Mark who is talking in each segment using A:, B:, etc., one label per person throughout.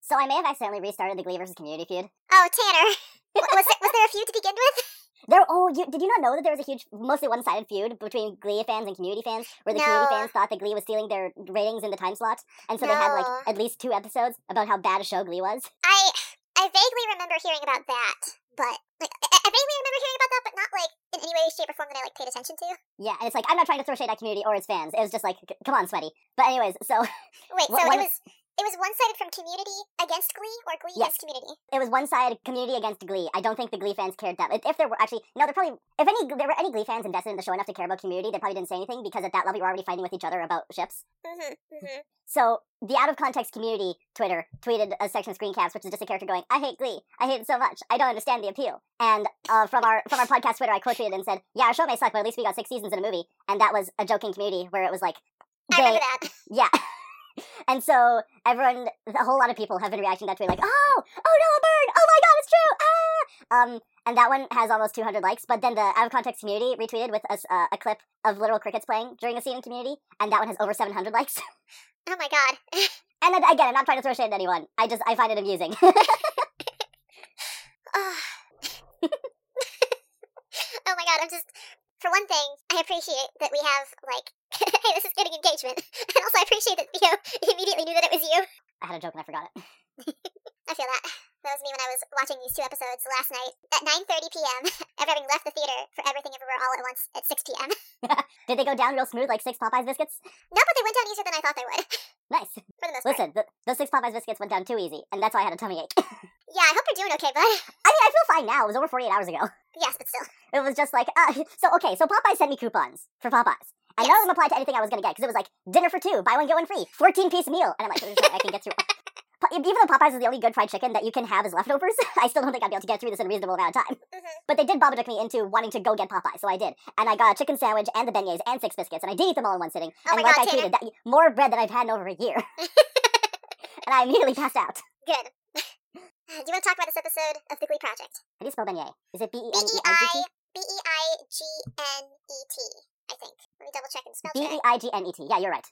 A: So I may have accidentally restarted the Glee versus Community feud.
B: Oh, Tanner. W- was, there, was there a feud to begin with?
A: There, oh, you, did you not know that there was a huge, mostly one-sided feud between Glee fans and Community fans, where the Community
B: No.
A: fans thought that Glee was stealing their ratings in the time slots, and so they had
B: No.
A: like at least two episodes about how bad a show Glee was.
B: I I vaguely remember hearing about that, but like I, I vaguely remember hearing about that, but not like in any way, shape, or form that I like paid attention to.
A: Yeah, and it's like I'm not trying to throw shade at Community or its fans. It was just like, c- come on, sweaty. But anyways, so
B: Wait,
A: Wha-
B: so
A: what
B: it was it was one sided from Community against Glee or Glee
A: Yes.
B: against Community.
A: it was one-sided Community against Glee. I don't think the Glee fans cared that. If- If there were actually, no, there probably if any there were any Glee fans invested in the show enough to care about Community, they probably didn't say anything because at that level you're already fighting with each other about ships.
B: Mm-hmm. Mm-hmm.
A: So the out of context community Twitter tweeted a section of screen caps, which is just a character going, "I hate Glee. I hate it so much. I don't understand the appeal." And uh, from our from our podcast Twitter, I quote tweeted and said, "Yeah, our show may suck, but at least we got six seasons in a movie." And that was a joking community where it was like,
B: I
A: they-
B: remember that.
A: yeah. and so everyone, a whole lot of people have been reacting that way, like, oh, oh no, a bird! Oh my god, it's true! Ah! Um, and that one has almost 200 likes. But then the out of context community retweeted with us uh, a clip of literal crickets playing during a scene in Community, and that one has over 700 likes.
B: Oh my god.
A: and then, again, I'm not trying to throw shade at anyone. I just I find it amusing.
B: Ah. oh my god, I'm just for one thing, I appreciate that we have like hey, this is getting engagement. And also I appreciate that Theo immediately knew that it was you.
A: I had a joke and I forgot it.
B: I feel that. That was me when I was watching these two episodes last night at 9:30 p.m. after having left the theater for Everything Everywhere All at Once at 6 p.m.
A: Did they go down real smooth like six Popeyes biscuits?
B: No, but they went down easier than I thought they would,
A: Nice.
B: for the most part.
A: Listen, th- those six Popeyes biscuits went down too easy, and that's why I had a tummy ache. I mean,
B: Yeah, I hope you're doing okay, bud.
A: I feel fine now. It was over 48 hours ago.
B: Yes, but still.
A: It was just like, uh, so okay, so Popeyes sent me coupons for Popeyes. And none of them applied to anything I was gonna get because it was like dinner for two, buy one get one free, fourteen piece meal, and I'm like, there's no way I can get through. Po- Even though Popeyes is the only good fried chicken that you can have as leftovers, I still don't think I'd be able to get through this in a reasonable amount of time.
B: Mhm.
A: But they did Baba Duck me into wanting to go get Popeyes, so I did, and I got a chicken sandwich and the beignets and six biscuits, and I did eat them all in one sitting.
B: Oh
A: and
B: my
A: like
B: God,
A: I
B: Tanner.
A: tweeted, that more bread than I've had in over a year, and I immediately passed out.
B: Good. Do you want to talk about this episode of The Glee Project?
A: How do you spell beignet? Is it B E
B: B
A: N
B: E
A: E I G
B: I B E I G N E T, I think. Let me double check and spell
A: T? B
B: check.
A: E I G N E T. Yeah, you're right.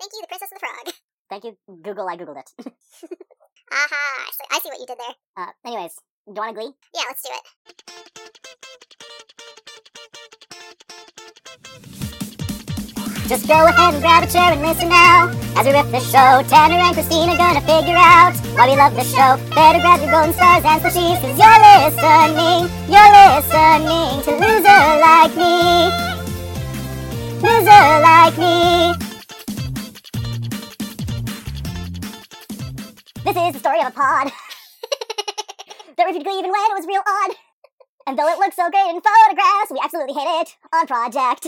B: Thank you, The Princess and the Frog.
A: Thank you, Google. I googled it.
B: Aha, I see, I see what you did there.
A: Uh, anyways, do you want to glee?
B: Yeah, let's do it.
A: Just go ahead and grab a chair and listen now. As we rip the show, Tanner and Christine are gonna figure out why we love the show. Better grab your golden stars and slushies, cause you're listening, you're listening to Loser Like Me. Loser Like Me. This is the story of a pod. that we could glee even when it was real odd. And though it looked so great in photographs, we absolutely hate it on project.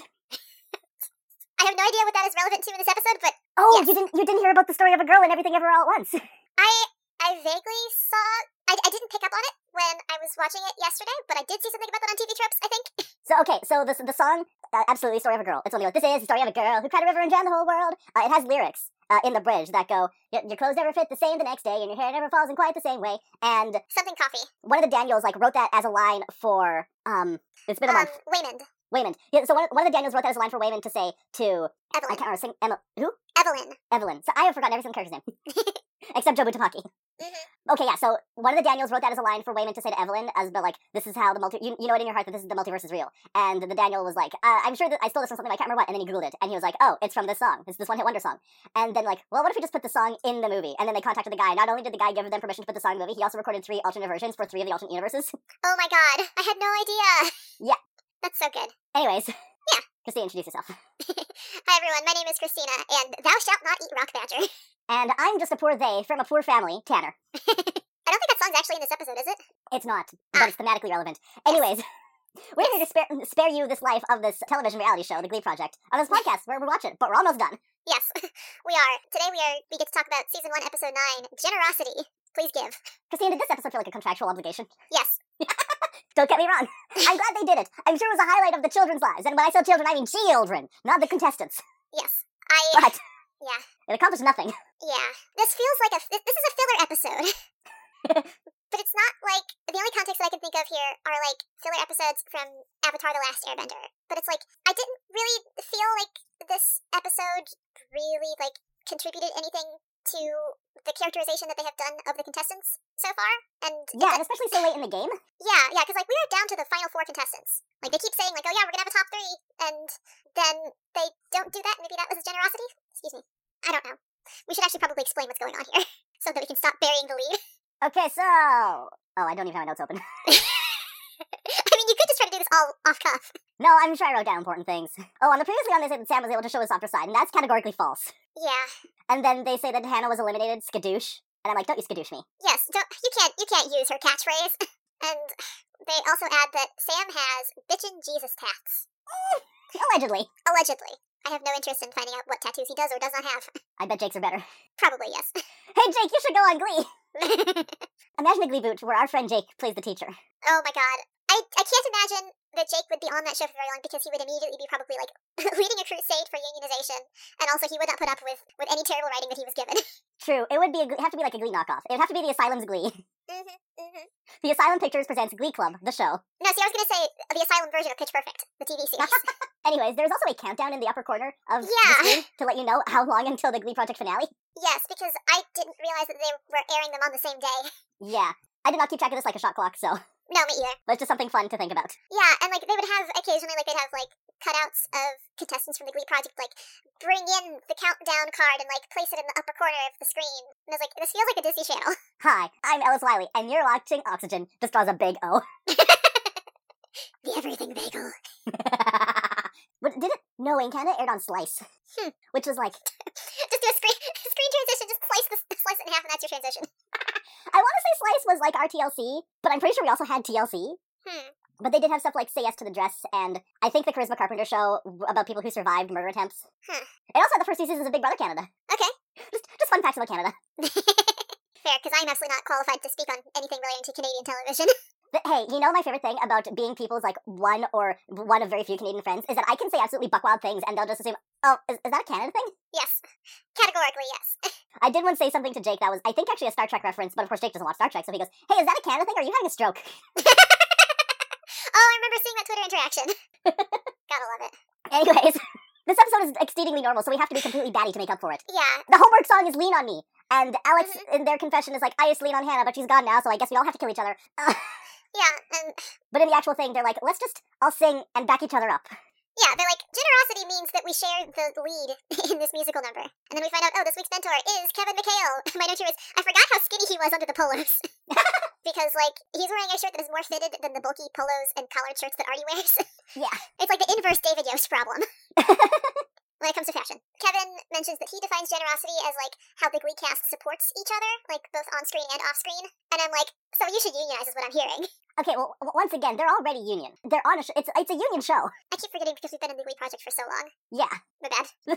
B: I have no idea what that is relevant to in this episode, but
A: Oh,
B: Yes.
A: you didn't you didn't hear about the story of a girl and everything ever all at once.
B: I I vaguely saw. I, I didn't pick up on it when I was watching it yesterday, but I did see something about that on TV Tropes. I think.
A: So okay, so the the song uh, absolutely story of a girl. It's only like this is the story of a girl who cried a river and drowned the whole world. Uh, it has lyrics uh, in the bridge that go "Your- your clothes never fit the same the next day and your hair never falls in quite the same way. And
B: Something coffee.
A: one of the Daniels like wrote that as a line for um it's been a
B: Um,
A: month
B: Waymond.
A: Waymond. Yeah, so one, one of the Daniels wrote that as a line for Waymond to say to I
B: Evelyn.
A: can't remember sing, Emma, who
B: Evelyn.
A: Evelyn. So I have forgotten every single character's name except Jobu Tapaki.
B: Mhm.
A: Okay, yeah. So one of the Daniels wrote that as a line for Wayman to say to Evelyn, as but like this is how the multi you, you know it in your heart that this is the multiverse is real. And the Daniel was like, uh, I'm sure that I stole this from something but I can't remember what. And then he googled it, and he was like, Oh, it's from this song. It's this one hit wonder song. And then like, well, what if we just put the song in the movie? And then they contacted the guy. Not only did the guy give them permission to put the song in the movie, he also recorded three alternate versions for three of the alternate universes.
B: Oh my god. I had no idea.
A: Yeah.
B: That's so good.
A: Anyways,
B: Yeah.
A: Christine, introduce yourself.
B: Hi everyone. My name is Christina, and thou shalt not eat rock badger.
A: And I'm just a poor they from a poor family, Tanner.
B: I don't think that song's actually in this episode, is it?
A: It's not, but it's thematically relevant. Anyways, we're here to spare, spare you this life of this television reality show, The Glee Project, on this podcast where we watch it, but we're almost done.
B: Yes, we are. Today we are. We get to talk about season one, episode nine, generosity. Please give.
A: Christine, did this episode feel like a contractual obligation?
B: Yes.
A: Don't get me wrong. I'm glad they did it. I'm sure it was a highlight of the children's lives. And when I say children, I mean children, not the contestants.
B: Yes. I.
A: But
B: Yeah.
A: it accomplished nothing.
B: Yeah, this feels like a thi- this is a filler episode. but it's not like the only context that I can think of here are like filler episodes from Avatar: The Last Airbender. But it's like I didn't really feel like this episode really like contributed anything to the characterization that they have done of the contestants so far. And it's
A: Yeah,
B: like-
A: and especially so late in the game.
B: yeah, yeah, because like we are down to the final four contestants. Like they keep saying like, oh yeah, we're gonna have a top three, and then they don't do that. Maybe that was generosity. Excuse me. I don't know. We should actually probably explain what's going on here so that we can stop burying the lead.
A: Okay, so oh, I don't even have my notes open.
B: I mean, you could just try to do this all off cuff.
A: no, I'm sure I wrote down important things. Oh, on the previous one, they said that Sam was able to show his softer side, and that's categorically false.
B: Yeah.
A: And then they say that Hannah was eliminated, skadoosh. And I'm like, don't you skadoosh me.
B: Yes. Don't you can't you can't use her catchphrase. and they also add that Sam has bitchin' Jesus tats.
A: Allegedly.
B: Allegedly. I have no interest in finding out what tattoos he does or does not have.
A: I bet Jake's are better.
B: Probably yes.
A: Hey, Jake, you should go on Glee.
B: oh
A: Imagine a Glee boot where our friend Jake plays the teacher.
B: my god. I, I can't imagine that Jake would be on that show for very long because he would immediately be probably like leading a crusade for unionization, and also he would not put up with, with any terrible writing that he was given.
A: True, it would be a, gl- have to be like a Glee knockoff. It would have to be the Asylum's Glee.
B: mm-hmm, mm-hmm.
A: The Asylum Pictures presents Glee Club, the show.
B: No, see, I was gonna say the Asylum version of Pitch Perfect, the TV series.
A: Anyways, there's also a countdown in the upper corner of
B: Yeah.
A: the screen to let you know how long until the Glee Project finale.
B: yes, because I didn't realize that they were airing them on the same day.
A: Yeah, I did not keep track of this like a shot clock, so
B: No, me either.
A: that's just something fun to think about.
B: Yeah, and like they would have occasionally, like they'd have like cutouts of contestants from the Glee Project, like bring in the countdown card and like place it in the upper corner of the screen. And I was like, this feels like a Disney Channel.
A: Hi, I'm Ellis Wiley, and you're watching Oxygen. Just draws a big O.
B: the Everything Bagel.
A: but did it? No, in Canada it aired on Slice,
B: Hmm.
A: which was like
B: just do a screen screen transition. Just slice the slice it in half, and that's your transition.
A: I want to say Slice was like our TLC, but I'm pretty sure we also had TLC.
B: Hmm.
A: But they did have stuff like Say Yes to the Dress and I think the Charisma Carpenter show w- about people who survived murder attempts.
B: Huh.
A: It also had the first two seasons of Big Brother Canada.
B: Okay.
A: Just, just fun facts about Canada.
B: Fair, because I'm absolutely not qualified to speak on anything relating to Canadian television.
A: But hey, you know my favorite thing about being people's like one or one of very few Canadian friends is that I can say absolutely buckwild things and they'll just assume, oh, is, is that a Canada thing?
B: yes, categorically yes.
A: I did once say something to Jake that was, I think, actually a Star Trek reference, but of course Jake doesn't watch Star Trek, so he goes, hey, is that a Canada thing? Are you having a stroke?
B: Oh, I remember seeing that Twitter interaction. Gotta love it.
A: Anyways, this episode is exceedingly normal, so we have to be completely batty to make up for it.
B: Yeah,
A: the homework song is Lean on Me. And Alex, in their confession, is like, I used to lean on Hannah, but she's gone now, so I guess we all have to kill each other.
B: yeah, and
A: But in the actual thing, they're like, let's just all sing and back each other up.
B: yeah. They're like generosity means that we share the lead in this musical number, and then we find out oh, this week's mentor is Kevin McHale. My note here is I forgot how skinny he was under the polos. Because like he's wearing a shirt that is more fitted than the bulky polos and collared shirts that Artie wears.
A: Yeah.
B: It's like the inverse David Yost problem. when it comes to fashion, Kevin mentions that he defines generosity as like how the Glee cast supports each other, like both on screen and off screen. And I'm like, so you should unionize, is what I'm hearing.
A: Okay, well, w- once again, they're already union. They're on a sh- it's, it's a union show.
B: I keep forgetting because we've been in the Glee project for so long.
A: Yeah.
B: My bad.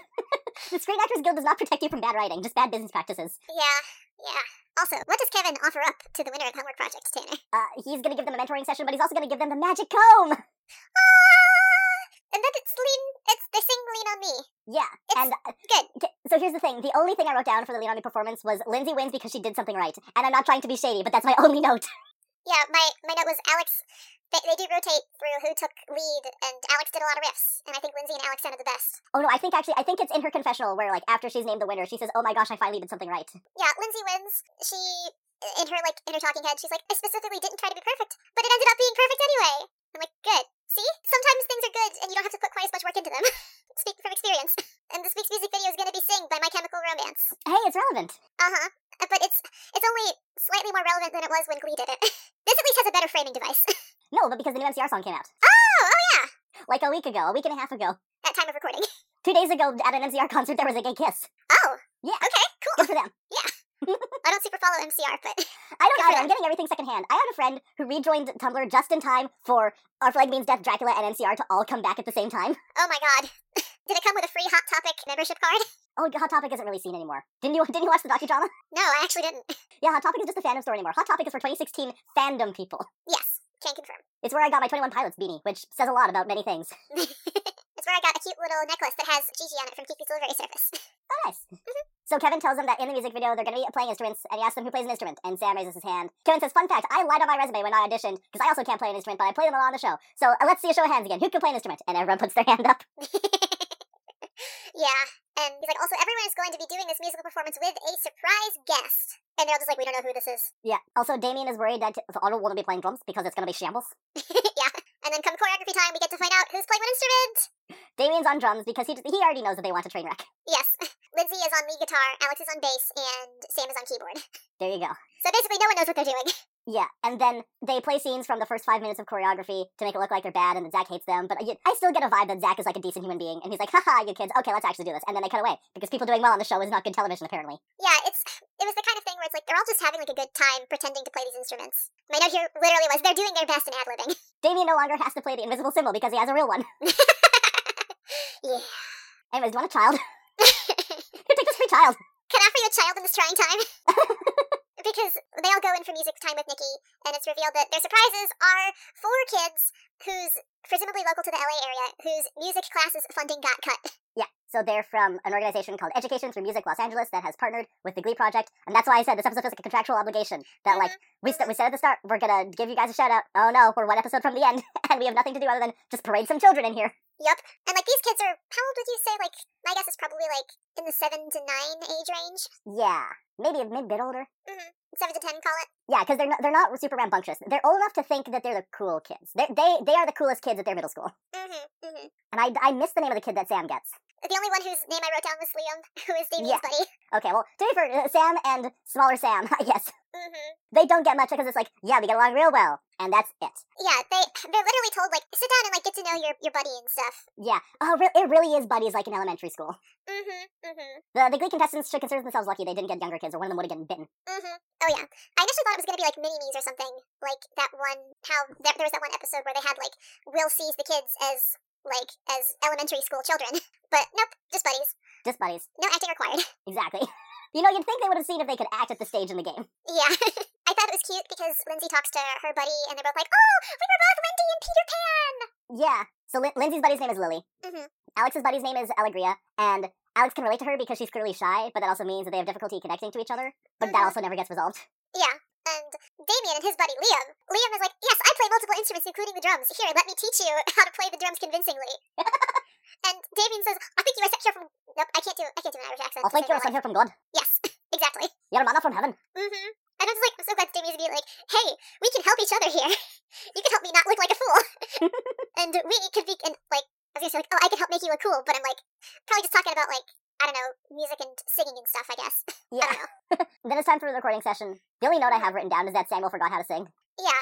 A: The Screen Actors Guild does not protect you from bad writing, just bad business practices.
B: Yeah, yeah. Also, what does Kevin offer up to the winner of Homework Project, Tanner?
A: Uh, he's gonna give them a mentoring session, but he's also gonna give them the magic comb!
B: Ah! And then it's lean. It's they sing "Lean on Me."
A: Yeah, and uh,
B: good.
A: t- so here's the thing. The only thing I wrote down for the Lean on Me performance was Lindsay wins because she did something right. And I'm not trying to be shady, but that's my only note.
B: Yeah, my my note was Alex. They, they do rotate through who took lead, and Alex did a lot of riffs, and I think Lindsay and Alex sounded the best.
A: Oh no, I think actually, I think it's in her confessional where, like, after she's named the winner, she says, "Oh my gosh, I finally did something right."
B: Yeah, Lindsay wins. She in her like in her talking head, she's like, I specifically didn't try to be perfect, but it ended up being perfect anyway. I'm like, good. See, sometimes things are good, and you don't have to put quite as much work into them. Speak from experience. And this week's music video is gonna be "Sing" by My Chemical Romance.
A: Hey, it's relevant.
B: Uh huh. But it's it's only slightly more relevant than it was when Glee did it. this at least has a better framing device.
A: No, but because the new MCR song came out.
B: oh, oh yeah.
A: Like a week ago, a week and a half ago.
B: At time of recording.
A: Two days ago at an MCR concert, there was a gay kiss.
B: Oh.
A: Yeah.
B: Okay. Cool.
A: Good for them.
B: I don't super follow MCR, but
A: I don't
B: Good for
A: either.
B: them.
A: I'm getting everything secondhand. I had a friend who rejoined Tumblr just in time for Our Flag Means Death, Dracula, and MCR to all come back at the same time.
B: oh my god. did it come with a free Hot Topic membership card?
A: Oh, Hot Topic isn't really seen anymore. Didn't you? Didn't you watch the docudrama?
B: No, I actually didn't.
A: Yeah, Hot Topic is just a fandom store anymore. Hot Topic is for 2016 fandom people.
B: Yes. Can confirm.
A: It's where I got my 21 Pilots beanie, which says a lot about many things.
B: It's where I got a cute little necklace that has Gigi on it from Kiki's Delivery Service.
A: Oh, nice. So Kevin tells them that in the music video they're going to be playing instruments, and he asks them who plays an instrument, and Sam raises his hand. Kevin says, "Fun fact: I lied on my resume when I auditioned because I also can't play an instrument, but I played them all on the show. So uh, let's see a show of hands again. Who can play an instrument?" And everyone puts their hand up.
B: yeah. And he's like, also, everyone is going to be doing this musical performance with a surprise guest. And they're all just like, we don't know who this is.
A: Yeah. Also, Damien is worried that Otto won't be playing drums because it's gonna be shambles.
B: yeah. And then come choreography time, we get to find out who's playing what instrument.
A: Damien's on drums because he he already knows that they want to train wreck.
B: Yes. Lindsay is on lead guitar, Alex is on bass, and Sam is on keyboard.
A: There you go.
B: So basically, no one knows what they're doing.
A: Yeah, and then they play scenes from the first five minutes of choreography to make it look like they're bad and that Zach hates them. But I I still get a vibe that Zach is like a decent human being, and he's like, haha, you kids, okay, let's actually do this. And then they cut away because people doing well on the show is not good television, apparently.
B: Yeah, it's it was the kind of thing where it's like they're all just having like a good time pretending to play these instruments. My note here literally was they're doing their best in ad libbing.
A: Damien no longer has to play the invisible symbol because he has a real one.
B: yeah.
A: Anyways, do you want a child? Here, take this free child.
B: Can I offer you a child in this trying time? because they all go in for music time with Nikki, and it's revealed that their surprises are four kids who's presumably local to the LA area whose music classes funding got cut.
A: Yeah, so they're from an organization called Education Through Music Los Angeles that has partnered with the Glee Project, and that's why I said this episode feels like a contractual obligation. That like we st- we said at the start, we're gonna give you guys a shout out. Oh no, we're one episode from the end, and we have nothing to do other than just parade some children in here.
B: And like these kids are how old would you say? Like my guess is probably like in the seven to nine age range.
A: Yeah, maybe maybe a bit older.
B: Seven to ten call it.
A: Yeah, because they're not, they're not super rambunctious. They're old enough to think that they're the cool kids. They they they are the coolest kids at their middle school.
B: Mm-hmm. Mm-hmm.
A: And I I miss the name of the kid that Sam gets.
B: The only one whose name I wrote down was Liam, who is Davies'
A: Yeah.
B: buddy.
A: Okay, well, to be fair, uh, Sam and smaller Sam, I guess
B: Mm-hmm.
A: they don't get much because it's like yeah we get along real well, and that's it.
B: Yeah, they they're literally told like sit down and like get to know your your buddy and stuff.
A: Yeah. Oh, re- it really is buddies like in elementary school.
B: Mm-hmm. Mm-hmm.
A: The, the Glee contestants should consider themselves lucky they didn't get younger kids, or one of them would have gotten bitten.
B: Mm-hmm. Oh yeah, I initially thought it was gonna be like mini me's or something, like that one. How there, there was that one episode where they had like Will sees the kids as like as elementary school children, but nope, just buddies.
A: Just buddies.
B: No acting required.
A: Exactly. you know, you'd think they would have seen if they could act at the stage in the game.
B: Yeah. I thought it was cute because Lindsay talks to her buddy and they're both like, oh, we were both Wendy and Peter Pan.
A: Yeah. So Lin- Lindsay's buddy's name is Lily.
B: Mhm.
A: Alex's buddy's name is Allegria, and Alex can relate to her because she's clearly shy, but that also means that they have difficulty connecting to each other. But that
B: Mhm.
A: also never gets resolved.
B: Yeah. And Damien and his buddy Liam. Liam is like, yes, I play multiple instruments, including the drums. Here, let me teach you how to play the drums convincingly. and Damien says, I think you accept here from. Nope, I can't do. I can't do an Irish accent.
A: I'll thank you
B: Save my
A: son
B: life.
A: here from God.
B: Yes, exactly.
A: You're a manna from heaven.
B: Mm-hmm. And I'm just like, I'm so glad Damien's being like, hey, we can help each other here. you can help me not look like a fool. and we could be, and like, I was gonna say like, oh, I can help make you look cool, but I'm like, probably just talking about like, I don't know, music and singing and stuff, I guess.
A: Yeah.
B: I don't know.
A: then it's time for the recording session. The only note I have written down is that Samuel forgot how to sing.
B: Yeah.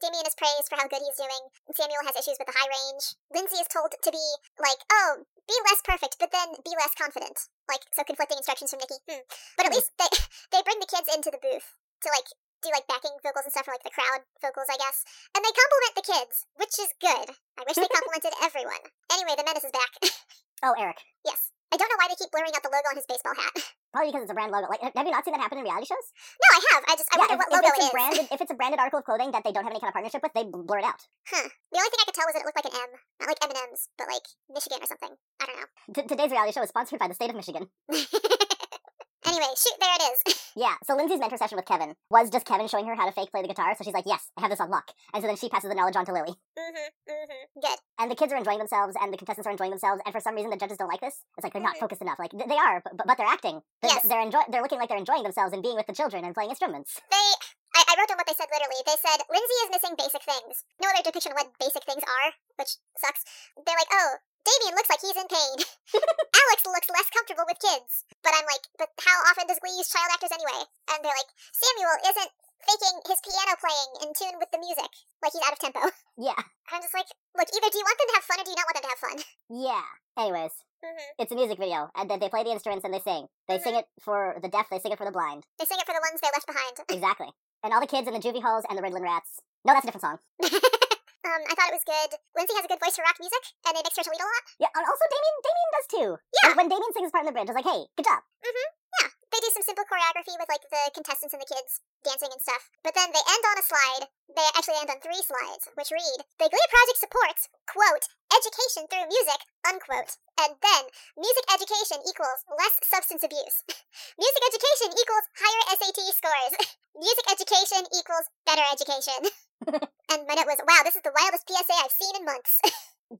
B: Damien is praised for how good he's doing. Samuel has issues with the high range. Lindsay is told to be like, oh, be less perfect, but then be less confident. Like, so conflicting instructions from Nikki. Hmm. But at
A: Hmm.
B: least they they bring the kids into the booth to like do like backing vocals and stuff for like the crowd vocals, I guess. And they compliment the kids, which is good. I wish they complimented everyone. Anyway, the menace is back.
A: Oh, Eric.
B: yes. I don't know why they keep blurring out the logo on his baseball hat.
A: Probably because it's a brand logo. Like, have you not seen that happen in reality shows?
B: no, I have. I just I wonder
A: if, if
B: what logo
A: it's a
B: it is.
A: branded, if it's a branded article of clothing that they don't have any kind of partnership with, they bl- blur it out.
B: Huh. The only thing I could tell was that it looked like an M, not like M and M's, but like Michigan or something. I don't know.
A: T- today's reality show is sponsored by the state of Michigan.
B: anyway, shoot, there it is.
A: Yeah, so Lindsay's mentor session with Kevin was just Kevin showing her how to fake play the guitar. So she's like, yes, I have this on lock. And so then she passes the knowledge on to Lily.
B: mm-hmm, mm-hmm. Good.
A: And the kids are enjoying themselves, and the contestants are enjoying themselves. And for some reason, the judges don't like this. It's like they're not
B: Mhm.
A: focused enough. Like th- they are, but, but they're acting. They're,
B: Yes.
A: they're, enjoy- they're looking like they're enjoying themselves and being with the children and playing instruments.
B: They, I, I wrote down what they said literally. They said Lindsay is missing basic things. No other depiction of what basic things are, which sucks. They're like, oh, Damien looks like he's in pain. Alex looks less comfortable with kids. But I'm like, but how often does Glee use child actors anyway? And they're like, Samuel isn't faking his piano playing in tune with the music, like he's out of tempo.
A: Yeah,
B: I'm just like, look, either do you want them to have fun or do you not want them to have fun?
A: yeah. Anyways,
B: Mm-hmm.
A: it's a music video, and then they play the instruments and they sing. They sing it for the deaf, they sing it for the blind.
B: They sing it for the ones they left behind.
A: Exactly. And all the kids in the juvie halls and the Ridlin rats. No, that's a different song.
B: um, I thought it was good. Lindsay has a good voice for rock music, and it makes her to lead a lot.
A: Yeah, and also Damien, Damien does too.
B: Yeah.
A: Like, when Damien sings part in the bridge, I was like, hey, good job.
B: They do some simple choreography with like the contestants and the kids dancing and stuff. But then they end on a slide. They actually end on three slides, which read, "The Glee Project supports quote education through music unquote." And then music education equals less substance abuse. music education equals higher SAT scores. music education equals better education. and my note was, "Wow, this is the wildest PSA I've seen in months."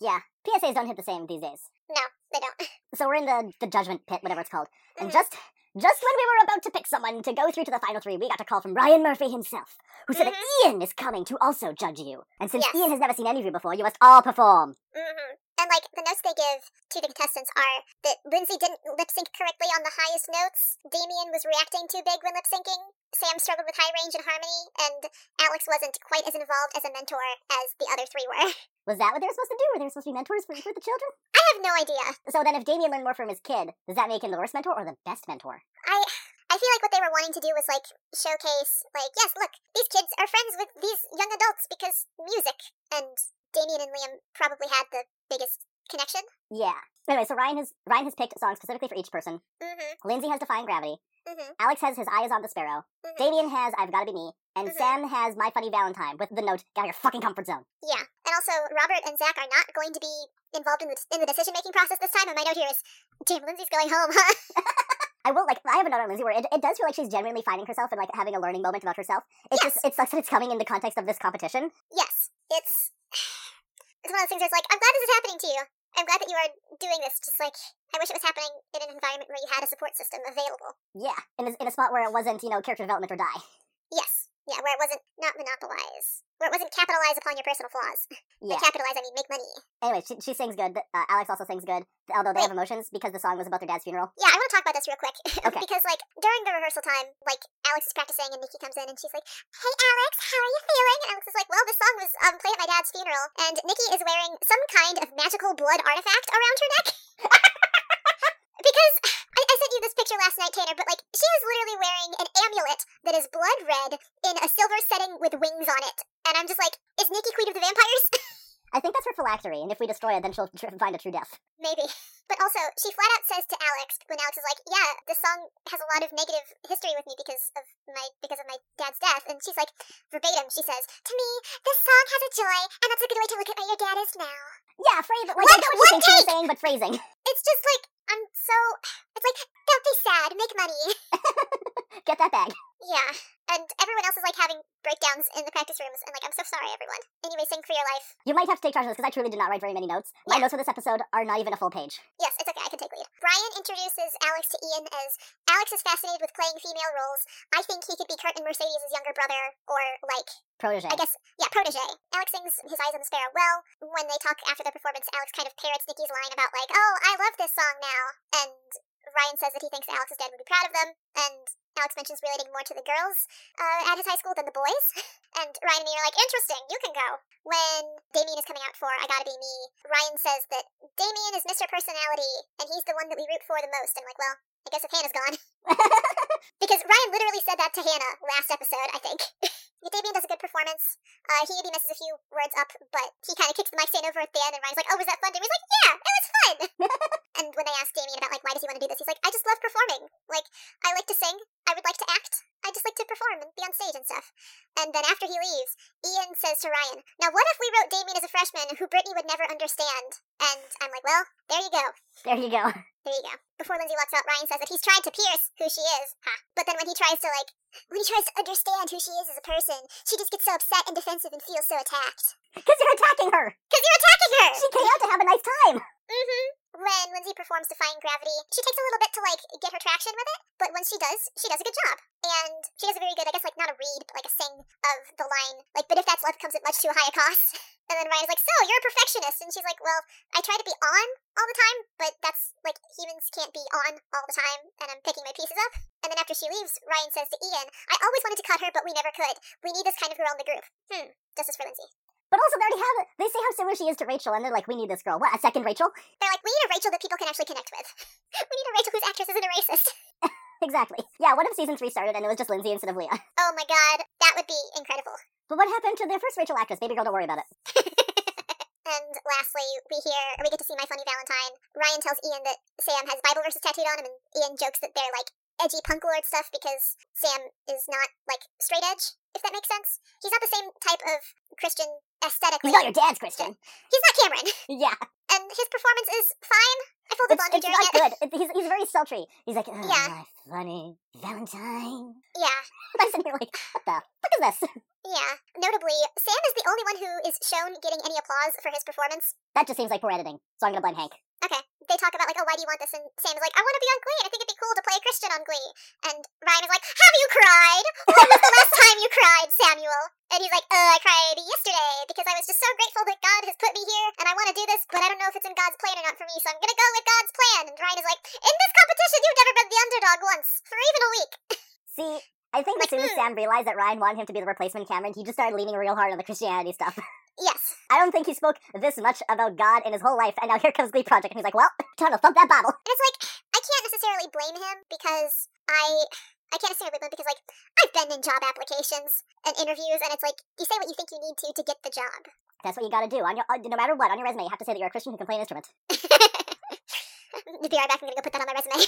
A: Yeah. PSAs don't hit the same these days.
B: No, they don't.
A: So we're in the, the judgment pit, whatever it's called. And
B: Mhm.
A: just just when we were about to pick someone to go through to the final three, we got a call from Ryan Murphy himself, who said that Ian is coming to also judge you. And since
B: Mm-hmm. Yes.
A: Ian has never seen any of you before, you must all perform.
B: hmm And like the notes they give to the contestants are that Lindsay didn't lip sync correctly on the highest notes. Damien was reacting too big when lip syncing. Sam struggled with high range and harmony, and Alex wasn't quite as involved as a mentor as the other three were.
A: Was that what they were supposed to do? Were they supposed to be mentors for, for the children?
B: I have no idea.
A: So then if Damien learned more from his kid, does that make him the worst mentor or the best mentor?
B: I I feel like what they were wanting to do was like showcase, like yes, look, these kids are friends with these young adults because music. And Damien and Liam probably had the biggest connection.
A: Yeah. Anyway, so Ryan has Ryan has picked songs specifically for each person.
B: Mm-hmm.
A: Lindsay has Defying Gravity.
B: Mm-hmm.
A: Alex has His Eye is on the Sparrow.
B: Mhm.
A: Damien has I've Gotta Be Me. And
B: Mhm.
A: Sam has My Funny Valentine with the note, Get out of your fucking comfort zone.
B: Yeah, and also Robert and Zach are not going to be involved in the in the decision making process this time. And my note here is, "Damn, Lindsay's going home, huh?"
A: I will like I have a note on Lindsay where it, it does feel like she's genuinely finding herself and like having a learning moment about herself. It just it sucks that it's coming in the context of this competition.
B: yes, it's it's one of those things where it's like, I'm glad this is happening to you. I'm glad that you are doing this. Just like I wish it was happening in an environment where you had a support system available.
A: Yeah, in a, in a spot where it wasn't you know character development or die.
B: Yes, yeah, where it wasn't not monopolize, where it wasn't capitalize upon your personal flaws.
A: Yeah.
B: capitalize, I mean make money.
A: Anyway, she, she sings good. Uh, Alex also sings good, although they have emotions because the song was about their dad's funeral.
B: Yeah, I want to talk about this real quick.
A: Okay.
B: because, like, during the rehearsal time, like, Alex is practicing and Nikki comes in and she's like, Hey, Alex, how are you feeling? And Alex is like, Well, this song was um, played at my dad's funeral. And Nikki is wearing some kind of magical blood artifact around her neck. because I, I sent you this picture last night, Tanner, but, like, she is literally wearing an amulet that is blood red in a silver setting with wings on it. And I'm just like, Is Nikki Queen of the Vampires?
A: I think that's her phylactery, and if we destroy it, then she'll tr- find a true death.
B: Maybe. But also, she flat out says to Alex when Alex is like, "Yeah, this song has a lot of negative history with me because of my because of my dad's death," and she's like, verbatim, she says, "To me, this song has a joy, and that's a good way to look at where your dad is now."
A: Yeah, phrase like
B: What-
A: I get
B: what
A: what you think she was
B: take?
A: saying, but phrasing.
B: It's just like I'm so. It's like don't be sad, make money.
A: Get that bag.
B: yeah, and everyone else is like having breakdowns in the practice rooms, and like I'm so sorry, everyone. Anyway, sing for your life.
A: You might have to take charge of this because I truly did not write very many notes. My
B: Yeah.
A: notes for this episode are not even a full page.
B: Yes, it's okay. I can take lead. Brian introduces Alex to Ian as Alex is fascinated with playing female roles. I think he could be Kurt and Mercedes' younger brother, or like
A: Protege.
B: I guess, yeah, protege. Alex sings His Eyes on the Sparrow well. When they talk after their performance, Alex kind of parrots Nikki's line about, like, oh, I love this song now. And Ryan says that he thinks Alex's dad would be proud of them. And Alex mentions relating more to the girls uh, at his high school than the boys. and Ryan and me are like, interesting, you can go. When Damien is coming out for I Gotta Be Me, Ryan says that Damien is Mr. Personality, and he's the one that we root for the most. I'm like, well, I guess if Hannah's gone. because Ryan literally said that to Hannah last episode, I think. Damien does a good performance. Uh, he maybe messes a few words up, but he kind of kicks the mic stand over at the end, and Ryan's like, "Oh, was that fun?" Damon's like, "Yeah, it was fun." and when I asked Damien about like why does he want to do this, he's like, "I just love performing. Like, I like to sing. I would like to act. I just like to perform and be on stage and stuff." And then after he leaves, Ian says to Ryan, "Now, what if we wrote Damien as a freshman who Brittany would never understand?" And I'm like, "Well, there you go."
A: there you go.
B: There you go. Before Lindsay walks out, Ryan says that he's tried to pierce who she is. Ha. But then when he tries to, like, when he tries to understand who she is as a person, she just gets so upset and defensive and feels so attacked.
A: Because you're attacking her.
B: Because you're attacking her!
A: She came out to have a nice time.
B: Mm-hmm. When Lindsay performs Defying Gravity, she takes a little bit to, like, get her traction with it, but once she does, she does a good job. And she does a very good, I guess, like, not a read, but, like, a sing of the line, like, but if that's love comes at much too high a cost. And then Ryan's like, so, you're a perfectionist. And she's like, well, I try to be on all the time, but that's, like, humans can't be on all the time, and I'm picking my pieces up. And then after she leaves, Ryan says to Ian, I always wanted to cut her, but we never could. We need this kind of girl in the group. Hmm, justice for Lindsay.
A: But also, they already have it. They say how similar she is to Rachel, and they're like, we need this girl. What, a second Rachel?
B: They're like, we need a Rachel that people can actually connect with. we need a Rachel whose actress isn't a racist.
A: Exactly. Yeah, what if season three started and it was just Lindsay instead of Leah?
B: Oh my god, that would be incredible.
A: But what happened to the first Rachel actress? Baby girl, don't worry about it.
B: and lastly, we hear we get to see my funny Valentine. Ryan tells Ian that Sam has Bible verses tattooed on him, and Ian jokes that they're like edgy punk lord stuff because Sam is not like straight edge. If that makes sense, he's not the same type of Christian
A: He's
B: aesthetically.
A: not your dad's Christian.
B: He's not Cameron,
A: Yeah,
B: and his performance is fine. I pulled a
A: it's,
B: blondie
A: it's
B: during
A: not
B: it.
A: good. It- he's, he's very sultry. He's like, oh,
B: Yeah.
A: my funny Valentine.
B: Yeah,
A: I'm sitting here like, what the fuck is this?
B: yeah. Notably, Sam is the only one who is shown getting any applause for his performance.
A: That just seems like poor editing, so I'm gonna blame Hank.
B: Okay. They talk about like, oh, why do you want this? And Sam is like, I want to be on Glee. And I think it'd be cool to play a Christian on Glee. And Ryan is like, Have you cried? When was the last time you cried, Samuel? And he's like, Uh, I cried yesterday because I was just so grateful that God has put me here, and I want to do this, but I don't know if it's in God's plan or not for me, so I'm gonna go with God's plan. And Ryan is like, In this competition, you've never been the underdog once for even a week.
A: See, I think as soon as Sam realized that Ryan wanted him to be the replacement Cameron, he just started leaning real hard on the Christianity stuff.
B: Yes.
A: I don't think he spoke this much about God in his whole life, and now here comes Glee Project, and he's like, well, time to thump that bottle.
B: And it's like I can't necessarily blame him because I I can't necessarily blame him because like I've been in job applications and interviews and it's like you say what you think you need to to get the job.
A: That's what you gotta do. On your, on- no matter what, on your resume, you have to say that you're a Christian who can play an instrument.
B: Be right back. I'm gonna go put that on my resume.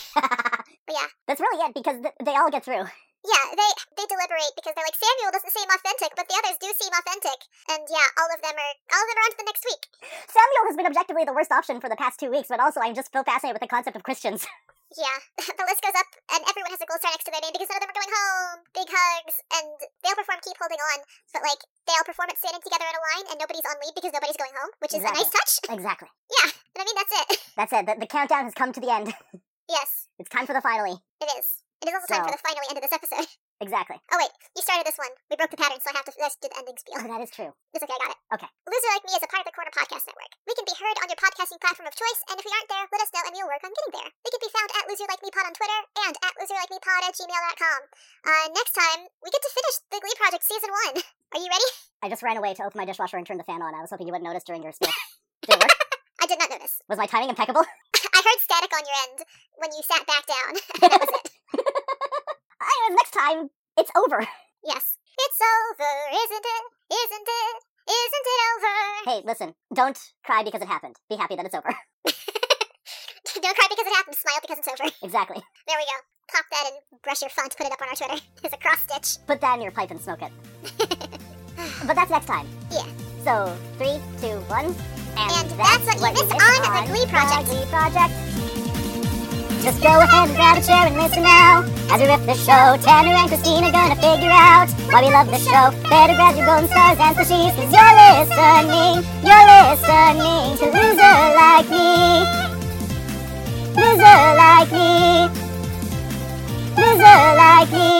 B: yeah.
A: That's really it, because th- they all get through.
B: Yeah, they they deliberate because they're like Samuel doesn't seem authentic, but the others do seem authentic. And yeah, all of them are all of them are on to the next week.
A: Samuel has been objectively the worst option for the past two weeks, but also I'm just so fascinated with the concept of Christians.
B: Yeah, the list goes up, and everyone has a gold star next to their name because none of them are going home. Big hugs, and they all perform "Keep Holding On," but like they all perform it standing together in a line, and nobody's on leave because nobody's going home, which is a nice touch.
A: exactly.
B: Yeah, and I mean that's it.
A: That's it. The, the countdown has come to the end.
B: yes,
A: It's time for the finally.
B: it is. It is also time
A: So-
B: for the finally end of this episode.
A: Exactly.
B: Oh wait, you started this one. We broke the pattern, so I have to let's do the ending spiel.
A: Oh, that is true.
B: It's okay, I got it.
A: Okay.
B: Loser Like Me is a part of the Corner Podcast Network. We can be heard on your podcasting platform of choice, and if we aren't there, let us know and we'll work on getting there. We can be found at Loser Like Me Pod on Twitter and at loserlikemepod at gmail.com. Uh, next time, we get to finish The Glee Project Season 1. Are you ready?
A: I just ran away to open my dishwasher and turn the fan on. I was hoping you wouldn't notice during your speech. Did it work?
B: I did not notice.
A: Was my timing impeccable?
B: I heard static on your end when you sat back down.
A: Anyways, next time, it's over.
B: yes. It's over, isn't it? Isn't it? Isn't it over?
A: Hey, listen, don't cry because it happened. Be happy that it's over.
B: Don't cry because it happened, smile because it's over.
A: exactly.
B: There we go. Pop that and brush your font, put it up on our Twitter. It's a cross stitch.
A: Put that in your pipe and smoke it. but that's next time.
B: Yeah.
A: So, three, two, one.
B: And that's what you missed on The Glee Project.
A: The Glee Project. Just go ahead and grab a chair and listen now. As we rip the show, Tanner and Christine are gonna figure out why we love the show. Better grab your golden stars and slushies, cause you're listening, you're listening to Loser Like Me. Loser Like Me. Loser Like Me.